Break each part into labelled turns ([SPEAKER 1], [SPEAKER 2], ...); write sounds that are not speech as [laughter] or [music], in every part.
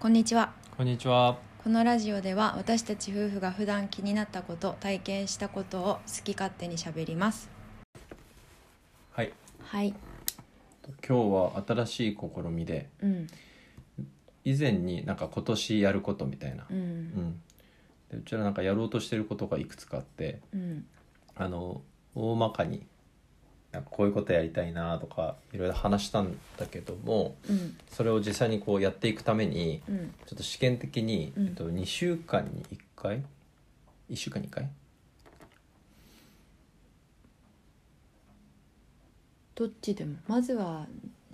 [SPEAKER 1] こんにちは
[SPEAKER 2] こんにちは。
[SPEAKER 1] このラジオでは私たち夫婦が普段気になったこと体験したことを好き勝手にしゃべります
[SPEAKER 2] はい。
[SPEAKER 1] はい
[SPEAKER 2] 今日は新しい試みで
[SPEAKER 1] うん
[SPEAKER 2] 以前になんか今年やることみたいな。
[SPEAKER 1] う
[SPEAKER 2] うんん。でうちらなんかやろうとしてることがいくつかあって、
[SPEAKER 1] うん
[SPEAKER 2] あの大まかになんかこういうことやりたいなとかいろいろ話したんだけども、
[SPEAKER 1] うん
[SPEAKER 2] それを実際にこうやっていくために
[SPEAKER 1] うん
[SPEAKER 2] ちょっと試験的に、
[SPEAKER 1] うん
[SPEAKER 2] えっと2週間に1回1週間に1回
[SPEAKER 1] どっちでもまずは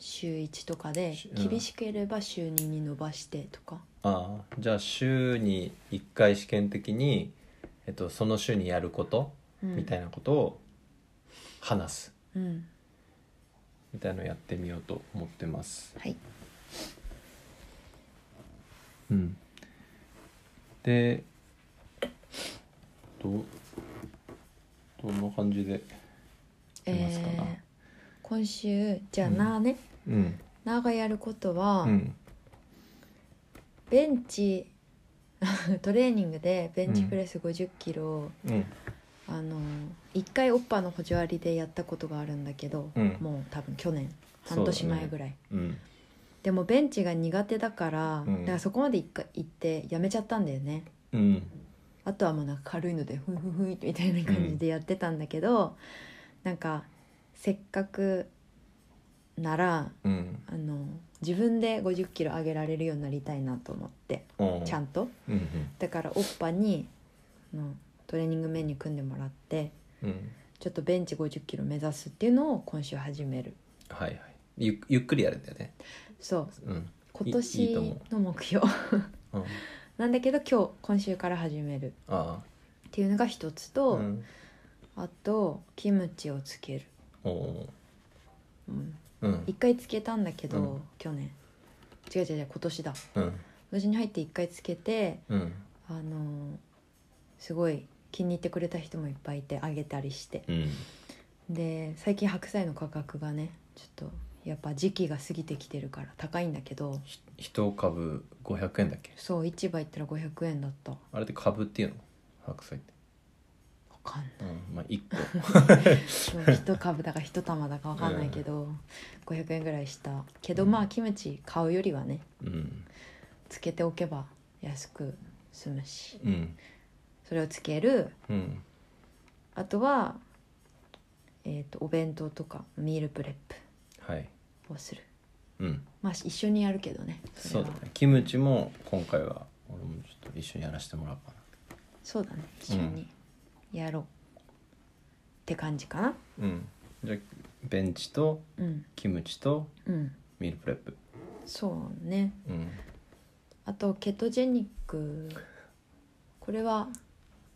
[SPEAKER 1] 週1とかで
[SPEAKER 2] しうん
[SPEAKER 1] 厳しければ週2に伸ばしてとか
[SPEAKER 2] ああじゃあ週に1回試験的に、えっと、その週にやること
[SPEAKER 1] うん
[SPEAKER 2] みたいなことを話す
[SPEAKER 1] うん
[SPEAKER 2] みたいのをやってみようと思ってます。
[SPEAKER 1] はい
[SPEAKER 2] うん、でどどんな感じで
[SPEAKER 1] え
[SPEAKER 2] いますかな
[SPEAKER 1] ー今週じゃあなーね、
[SPEAKER 2] うん
[SPEAKER 1] なーがやることは、
[SPEAKER 2] うん
[SPEAKER 1] ベンチ [laughs] トレーニングでベンチプレス5 0キロを
[SPEAKER 2] うん
[SPEAKER 1] あの1回おっぱの補助割りでやったことがあるんだけど、
[SPEAKER 2] うん
[SPEAKER 1] もう多分去年
[SPEAKER 2] そ
[SPEAKER 1] 半
[SPEAKER 2] うだね
[SPEAKER 1] 年前ぐらい、
[SPEAKER 2] うん
[SPEAKER 1] でもベンチが苦手だから、
[SPEAKER 2] うん
[SPEAKER 1] だからそこまで一回行ってやめちゃったんだよね
[SPEAKER 2] うん
[SPEAKER 1] あとはもうなんか軽いのでふんふんふんみたいな感じでやってたんだけど、なんかせっかくなら
[SPEAKER 2] うん
[SPEAKER 1] あの自分で5 0キロ上げられるようになりたいなと思って
[SPEAKER 2] うん
[SPEAKER 1] ちゃんと
[SPEAKER 2] うん
[SPEAKER 1] だからおっぱにあのトレーニングメニュー組んでもらって
[SPEAKER 2] うんうん
[SPEAKER 1] ちょっとベンチ5 0キロ目指すっていうのを今週始める
[SPEAKER 2] はいはいゆゆっくりやるんだよね
[SPEAKER 1] そう
[SPEAKER 2] うん
[SPEAKER 1] 今年
[SPEAKER 2] いいいと思
[SPEAKER 1] の目標 [laughs]
[SPEAKER 2] うんあ
[SPEAKER 1] なんだけど今日今週から始める
[SPEAKER 2] あ
[SPEAKER 1] っていうのが一つと、
[SPEAKER 2] うん
[SPEAKER 1] あとキムチをつける、
[SPEAKER 2] おお
[SPEAKER 1] うん、
[SPEAKER 2] うん
[SPEAKER 1] 一回つけたんだけど、
[SPEAKER 2] うん
[SPEAKER 1] 去年違う違う違う今年だ
[SPEAKER 2] うん
[SPEAKER 1] 今年に入って一回つけて
[SPEAKER 2] うん
[SPEAKER 1] あのーすごい気に入ってくれた人もいっぱいいてあげたりして
[SPEAKER 2] うん
[SPEAKER 1] で最近白菜の価格がねちょっとやっぱ時期が過ぎてきてるから高いんだけど
[SPEAKER 2] ひ一株500円だっけ
[SPEAKER 1] そう市場行ったら500円だったわ
[SPEAKER 2] あれって株っていうの白菜って
[SPEAKER 1] かんない
[SPEAKER 2] うんまあ一個
[SPEAKER 1] そう1株だか1玉だかわかんないけど、500円ぐらいしたけど、
[SPEAKER 2] うん
[SPEAKER 1] まあキムチ買うよりはね
[SPEAKER 2] うん
[SPEAKER 1] つけておけば安く済むし
[SPEAKER 2] うん
[SPEAKER 1] それをつける
[SPEAKER 2] うん
[SPEAKER 1] あとは、えー、とお弁当とかミールプレッ
[SPEAKER 2] はい
[SPEAKER 1] プをする
[SPEAKER 2] うん
[SPEAKER 1] まあ一緒にやるけどねそ
[SPEAKER 2] そう
[SPEAKER 1] れ
[SPEAKER 2] だ
[SPEAKER 1] は
[SPEAKER 2] ねキムチも今回は俺もちょっと一緒にやらせてもらおうか
[SPEAKER 1] そうだね一緒にやろう、って感じかな
[SPEAKER 2] なうんじゃあベンチと
[SPEAKER 1] うん
[SPEAKER 2] キムチと
[SPEAKER 1] うん
[SPEAKER 2] ミールプレップ
[SPEAKER 1] そうね
[SPEAKER 2] うん
[SPEAKER 1] あとケトジェニックこれは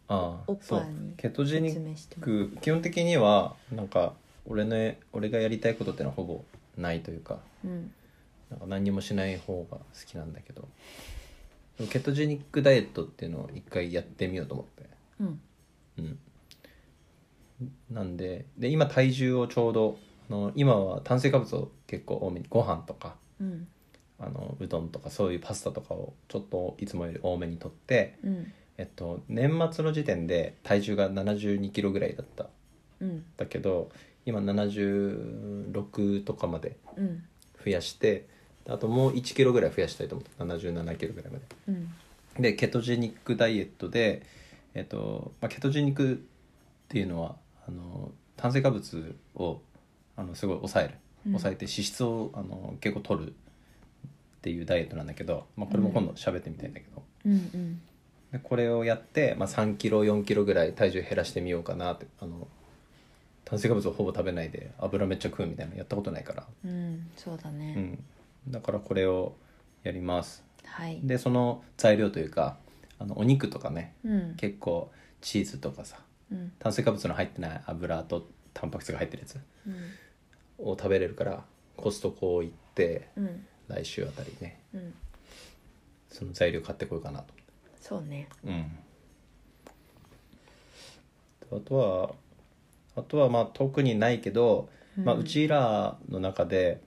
[SPEAKER 2] ああ
[SPEAKER 1] おっ
[SPEAKER 2] そ
[SPEAKER 1] ぱ
[SPEAKER 2] う
[SPEAKER 1] いに
[SPEAKER 2] ケトジェニ
[SPEAKER 1] 説
[SPEAKER 2] ッ
[SPEAKER 1] 明してもらう
[SPEAKER 2] ク基本的にはなんか俺の俺がやりたいことってのはほぼないというか
[SPEAKER 1] うん
[SPEAKER 2] なんか何にもしない方が好きなんだけどでもケトジェニックダイエットっていうのを一回やってみようと思って
[SPEAKER 1] うん
[SPEAKER 2] うん、なんでで今体重をちょうどあの今は炭水化物を結構多めにご飯とか
[SPEAKER 1] うん
[SPEAKER 2] あのうどんとかそういうパスタとかをちょっといつもより多めにとって、
[SPEAKER 1] うん
[SPEAKER 2] えっと、年末の時点で体重が7 2キロぐらいだった
[SPEAKER 1] うん
[SPEAKER 2] だけど今76とかまで
[SPEAKER 1] うん
[SPEAKER 2] 増やしてあともう1キロぐらい増やしたいと思って77キロぐらいまで。
[SPEAKER 1] うん
[SPEAKER 2] でケトジェニックダイエットで、えっとまあ、ケトジェニックっていうのはあの炭水化物をあのすごい抑える
[SPEAKER 1] うん
[SPEAKER 2] 抑えて脂質をあの結構取るっていうダイエットなんだけど、まあ、これも今度喋ってみたいんだけど、
[SPEAKER 1] うんうん
[SPEAKER 2] でこれをやって、まあ、3キロ4キロぐらい体重減らしてみようかなってあの炭水化物をほぼ食べないで油めっちゃ食うみたいなのやったことないから、
[SPEAKER 1] うんそうだね、
[SPEAKER 2] うん、だからこれをやります
[SPEAKER 1] はい
[SPEAKER 2] でその材料というかあのお肉とかね
[SPEAKER 1] うん
[SPEAKER 2] 結構チーズとかさ
[SPEAKER 1] うん
[SPEAKER 2] 炭水化物の入ってない油とタンパク質が入ってるやつ
[SPEAKER 1] うん
[SPEAKER 2] を食べれるからコストコ行って
[SPEAKER 1] うん
[SPEAKER 2] 来週あたりね
[SPEAKER 1] うん
[SPEAKER 2] その材料買ってこようかなと
[SPEAKER 1] そうね
[SPEAKER 2] うんあとはあとはまあ特にないけど、まあ、
[SPEAKER 1] うん
[SPEAKER 2] うちらの中で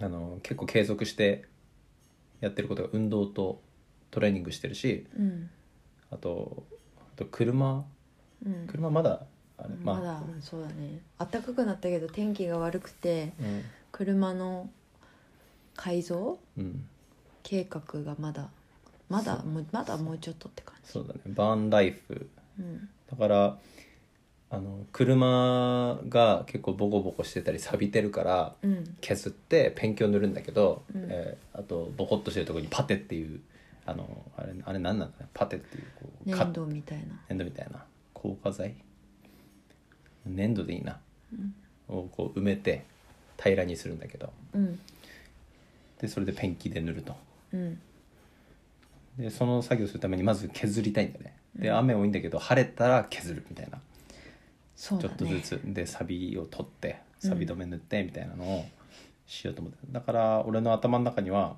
[SPEAKER 2] あの結構継続してやってることが運動とトレーニングしてるし
[SPEAKER 1] うん
[SPEAKER 2] あとあと車
[SPEAKER 1] うん
[SPEAKER 2] 車まだあれ、まあ
[SPEAKER 1] まだそうだね暖かくなったけど天気が悪くて
[SPEAKER 2] うん
[SPEAKER 1] 車の改造
[SPEAKER 2] うん、
[SPEAKER 1] 計画がまだまだもうまだもうちょっとって感
[SPEAKER 2] そうだねバーンライフ
[SPEAKER 1] じ、うん、
[SPEAKER 2] だからあの車が結構ボコボコしてたり錆びてるから
[SPEAKER 1] うん
[SPEAKER 2] 削ってペンキを塗るんだけど、
[SPEAKER 1] うん
[SPEAKER 2] えーあとボコッとしてるところにパテっていうあのあれあれ何なんだねパテっていうこう
[SPEAKER 1] 粘土みたいな、
[SPEAKER 2] 粘土みたいな硬化剤粘土でいいな
[SPEAKER 1] うん
[SPEAKER 2] をこう埋めて平らにするんだけど
[SPEAKER 1] うん
[SPEAKER 2] でそれでペンキで塗ると
[SPEAKER 1] うん
[SPEAKER 2] でその作業するためにまず削りたいんだねで
[SPEAKER 1] うん
[SPEAKER 2] 雨多いんだけど晴れたら削るみたいな
[SPEAKER 1] そう
[SPEAKER 2] ちょ
[SPEAKER 1] だ
[SPEAKER 2] っとず
[SPEAKER 1] ね
[SPEAKER 2] つでサビを取ってサビ止め塗ってみたいなのをしようと思って、だから俺の頭の中には、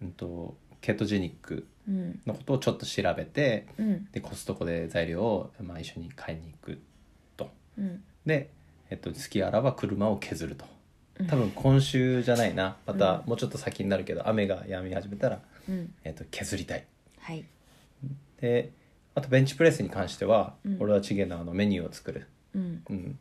[SPEAKER 2] うん、とケトジェニック
[SPEAKER 1] うん
[SPEAKER 2] のことをちょっと調べて
[SPEAKER 1] うん
[SPEAKER 2] でコストコで材料を、まあ、一緒に買いに行くと
[SPEAKER 1] うん
[SPEAKER 2] で、えっと、月あらは車を削ると
[SPEAKER 1] うん
[SPEAKER 2] 多分今週じゃないなまた
[SPEAKER 1] う
[SPEAKER 2] もうちょっと先になるけど雨が止み始めたら、
[SPEAKER 1] うん
[SPEAKER 2] えっと、削りたい
[SPEAKER 1] はい
[SPEAKER 2] であとベンチプレスに関しては、
[SPEAKER 1] うん
[SPEAKER 2] 俺はチゲのあのメニューを作る
[SPEAKER 1] うん
[SPEAKER 2] うん、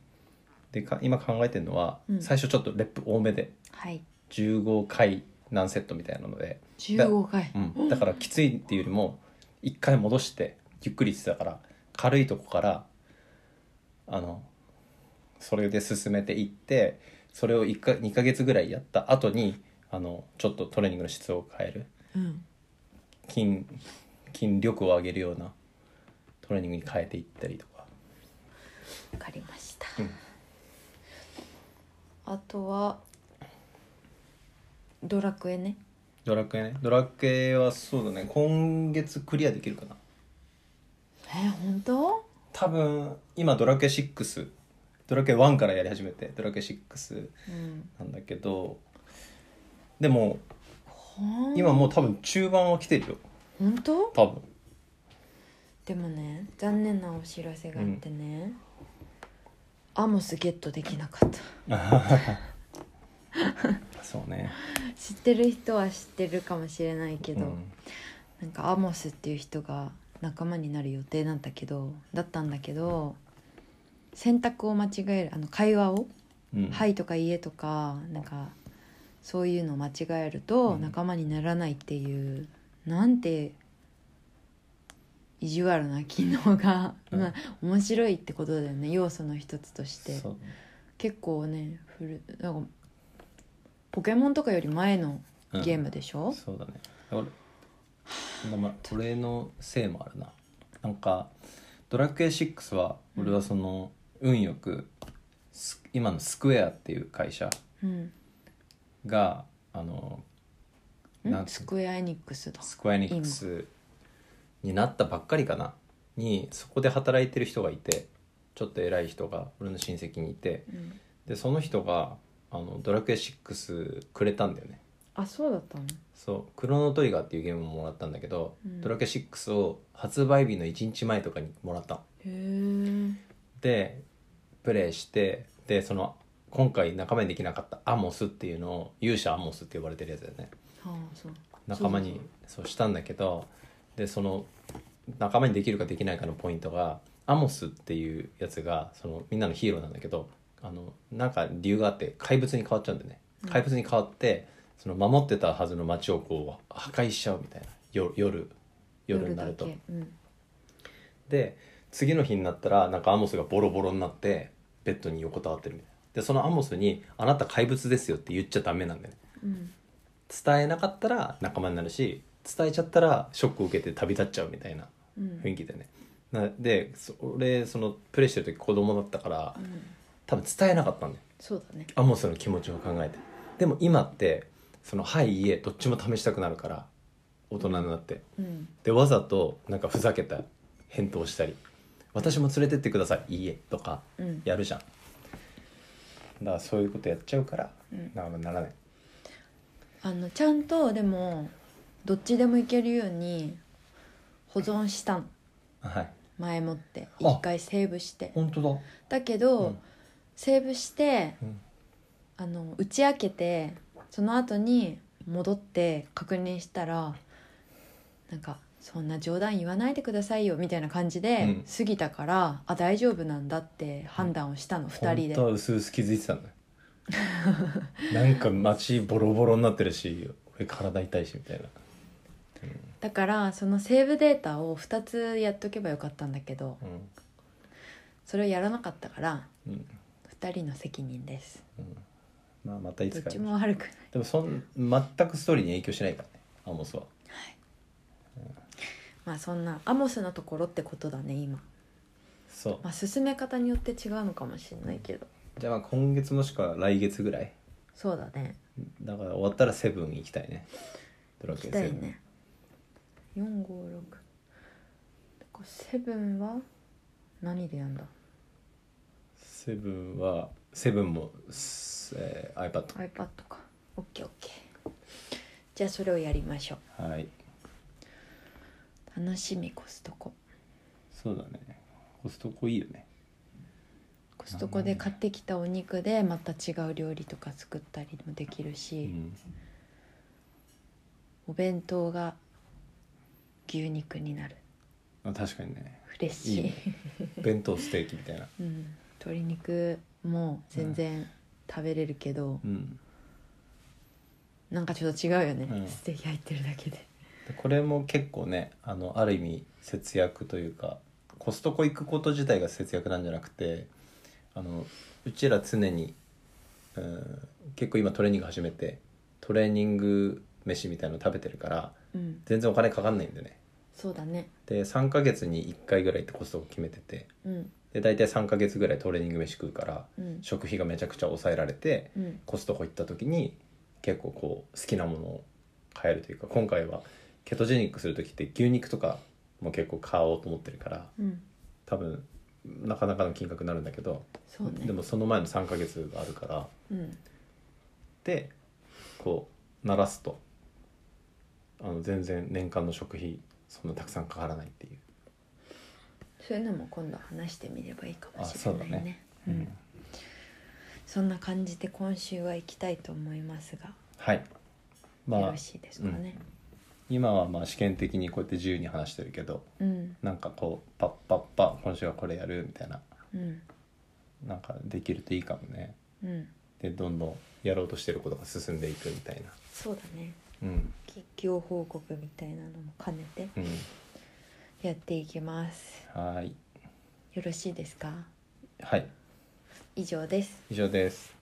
[SPEAKER 2] でか今考えてるのは、
[SPEAKER 1] うん
[SPEAKER 2] 最初ちょっとレップ多めで
[SPEAKER 1] はい
[SPEAKER 2] 15回何セットみたいなので、
[SPEAKER 1] 15回
[SPEAKER 2] うん、だからきついっていうよりも1回戻してゆっくりしてたから軽いとこからあのそれで進めていってそれを1か2ヶ月ぐらいやった後にあのちょっとトレーニングの質を変える
[SPEAKER 1] うん
[SPEAKER 2] 筋筋力を上げるようなトレーニングに変えていったりとか
[SPEAKER 1] わかりました、
[SPEAKER 2] うん
[SPEAKER 1] あとはドラクエね
[SPEAKER 2] ドラクエねドラクエはそうだね今月クリアできるかな
[SPEAKER 1] え本当
[SPEAKER 2] 多分今ドラクエ6ドラクエ1からやり始めてドラクエ6
[SPEAKER 1] うん
[SPEAKER 2] なんだけどでも
[SPEAKER 1] ほん
[SPEAKER 2] 今もう多分中盤は来てるよ
[SPEAKER 1] 本当
[SPEAKER 2] 多分
[SPEAKER 1] でもね残念なお知らせがあってね、アモスゲットできなかった
[SPEAKER 2] そうね
[SPEAKER 1] 知ってる人は知ってるかもしれないけど、
[SPEAKER 2] うん
[SPEAKER 1] なんかアモスっていう人が仲間になる予定なんだけどだったんだけど選択を間違えるあの会話を
[SPEAKER 2] うん
[SPEAKER 1] 「はい」とか「いいえ」とかなんかそういうのを間違えると
[SPEAKER 2] うん
[SPEAKER 1] 仲間にならないっていう、なんて意地悪な機能が、
[SPEAKER 2] うん
[SPEAKER 1] まあ面白いってことだよね要素の一つとして
[SPEAKER 2] そう
[SPEAKER 1] 結構ね古なんかポケモンとかより前の
[SPEAKER 2] うん
[SPEAKER 1] ゲームでしょ、
[SPEAKER 2] そうだね俺まあまあ俺のせいもあるななんかドラクエ6は俺はその、運よくス今のスクエアっていう会社
[SPEAKER 1] うん
[SPEAKER 2] があの
[SPEAKER 1] ん
[SPEAKER 2] なんて
[SPEAKER 1] スクエア・エニックスだ
[SPEAKER 2] スクエアエニックスになったばっかりかなにそこで働いてる人がいてちょっと偉い人が俺の親戚にいて
[SPEAKER 1] うん
[SPEAKER 2] でその人があのドラクエ6くれたんだよね
[SPEAKER 1] あそうだったの
[SPEAKER 2] そう「クロノトリガー」っていうゲームももらったんだけど、
[SPEAKER 1] うん
[SPEAKER 2] ドラクエ6を発売日の1日前とかにもらったの
[SPEAKER 1] へえ
[SPEAKER 2] でプレイしてでその今回仲間にできなかったアモスっていうのを勇者アモスって呼ばれてるやつだよね
[SPEAKER 1] ああそう
[SPEAKER 2] 仲間にそうしたんだけどでその仲間にできるかできないかのポイントがアモスっていうやつがそのみんなのヒーローなんだけどあのなんか理由があって怪物に変わっちゃうんだよね
[SPEAKER 1] うん
[SPEAKER 2] 怪物に変わってその守ってたはずの街をこう破壊しちゃうみたいな夜夜夜になると
[SPEAKER 1] 夜だけうん
[SPEAKER 2] で次の日になったらなんかアモスがボロボロになってベッドに横たわってるみたいなでそのアモスに「あなた怪物ですよ」って言っちゃダメなんだよね
[SPEAKER 1] うん
[SPEAKER 2] 伝えなかったら仲間になるし伝えちゃったらショックを受けて旅立っちゃうみたいな
[SPEAKER 1] うん
[SPEAKER 2] 雰囲気でね、なでそ俺そのプレイしてる時子供だったから
[SPEAKER 1] うん
[SPEAKER 2] 多分伝えなかったんだよ
[SPEAKER 1] そうだね
[SPEAKER 2] アモスの気持ちを考えてでも今ってその「はい」「いいえ」どっちも試したくなるから大人になって
[SPEAKER 1] うん
[SPEAKER 2] でわざとなんかふざけた返答したり「私も連れてってください」「いいえ」とか
[SPEAKER 1] うん
[SPEAKER 2] やるじゃんだからそういうことやっちゃうから、
[SPEAKER 1] うん
[SPEAKER 2] なならない
[SPEAKER 1] あのちゃんとでもどっちでもいけるように保存したの
[SPEAKER 2] はい
[SPEAKER 1] 前もって
[SPEAKER 2] あ
[SPEAKER 1] 一回セーブして
[SPEAKER 2] 本当だ
[SPEAKER 1] だけど、
[SPEAKER 2] うん
[SPEAKER 1] セーブして
[SPEAKER 2] うん
[SPEAKER 1] あの打ち明けてその後に戻って確認したらなんか「そんな冗談言わないでくださいよ」みたいな感じ
[SPEAKER 2] う
[SPEAKER 1] で
[SPEAKER 2] ん
[SPEAKER 1] 過ぎたから、あ大丈夫なんだって判断をしたの、二人で
[SPEAKER 2] 本当は薄々気づいてたんだよなんか街ボロボロになってるし俺体痛いしみたいな
[SPEAKER 1] だからそのセーブデータを2つやっとけばよかったんだけど
[SPEAKER 2] う
[SPEAKER 1] それをやらなかったから
[SPEAKER 2] ん、うん
[SPEAKER 1] 2人の責任です
[SPEAKER 2] まあ、またい
[SPEAKER 1] ど
[SPEAKER 2] つ
[SPEAKER 1] っ
[SPEAKER 2] か
[SPEAKER 1] ちも悪くない
[SPEAKER 2] でもそん全くストーリーに影響しないからねアモスは
[SPEAKER 1] まあそんなアモスのところってことだね今、
[SPEAKER 2] そう
[SPEAKER 1] まあ、進め方によって違うのかもしれないけど
[SPEAKER 2] じゃあまあ今月もしくは来月ぐらい
[SPEAKER 1] そうだね
[SPEAKER 2] だから終わったらセブン行きたいねドラ
[SPEAKER 1] 行
[SPEAKER 2] ク
[SPEAKER 1] き
[SPEAKER 2] エ
[SPEAKER 1] た
[SPEAKER 2] セ
[SPEAKER 1] い
[SPEAKER 2] ブン、
[SPEAKER 1] ね456セブンは何でやんだ
[SPEAKER 2] セブンはセブンも、すえー、iPad
[SPEAKER 1] iPad か OKOK じゃあそれをやりましょう
[SPEAKER 2] はい
[SPEAKER 1] 楽しみコストコ
[SPEAKER 2] そうだねコストコいいよね
[SPEAKER 1] コストコで買ってきたお肉でまた違う料理とか作ったりもできる
[SPEAKER 2] う
[SPEAKER 1] し、
[SPEAKER 2] ん
[SPEAKER 1] お弁当が牛肉になる
[SPEAKER 2] あ確かにね
[SPEAKER 1] フレッシュ
[SPEAKER 2] いいね弁当ステーキみたいな
[SPEAKER 1] [laughs] うん、鶏肉も全然食べれるけど、
[SPEAKER 2] うん
[SPEAKER 1] なんかちょっと違うよね、
[SPEAKER 2] うん
[SPEAKER 1] ステーキ入ってるだけで
[SPEAKER 2] でこれも結構ねあのある意味節約というかコストコ行くこと自体が節約なんじゃなくてあのうちら常に、うん、結構今トレーニング始めてトレーニング飯みたいなの食べてるから
[SPEAKER 1] うん
[SPEAKER 2] 全然お金かかんないんでね
[SPEAKER 1] そうだね
[SPEAKER 2] で3ヶ月に1回ぐらいってコストコ決めてて
[SPEAKER 1] うん
[SPEAKER 2] で大体3ヶ月ぐらいトレーニング飯食うから
[SPEAKER 1] うん
[SPEAKER 2] 食費がめちゃくちゃ抑えられて
[SPEAKER 1] うん
[SPEAKER 2] コストコ行った時に結構こう好きなものを買えるというか今回はケトジェニックする時って牛肉とかも結構買おうと思ってるから
[SPEAKER 1] うん
[SPEAKER 2] 多分なかなかの金額になるんだけど、
[SPEAKER 1] そうね
[SPEAKER 2] でもその前の3ヶ月があるから
[SPEAKER 1] うん
[SPEAKER 2] でこう鳴らすとあの全然年間の食費そんなたくさんかからないっていう、
[SPEAKER 1] そういうのも今度話してみればいいかもしれない
[SPEAKER 2] あそうだ
[SPEAKER 1] ね
[SPEAKER 2] ね
[SPEAKER 1] うんそんな感じで今週は行きたいと思いますが、
[SPEAKER 2] はい
[SPEAKER 1] よ
[SPEAKER 2] まあ
[SPEAKER 1] ろしいですかね
[SPEAKER 2] 今はまあ試験的にこうやって自由に話してるけど
[SPEAKER 1] うん
[SPEAKER 2] なんかこうパッパッパ今週はこれやるみたいな
[SPEAKER 1] うん
[SPEAKER 2] なんかできるといいかもね
[SPEAKER 1] うん
[SPEAKER 2] でどんどんやろうとしてることが進んでいくみたいな
[SPEAKER 1] そうだね
[SPEAKER 2] うん
[SPEAKER 1] 近況報告みたいなのも兼ねて
[SPEAKER 2] うん
[SPEAKER 1] やっていきます
[SPEAKER 2] はーい
[SPEAKER 1] よろしいですか
[SPEAKER 2] はい
[SPEAKER 1] 以上です
[SPEAKER 2] 以上です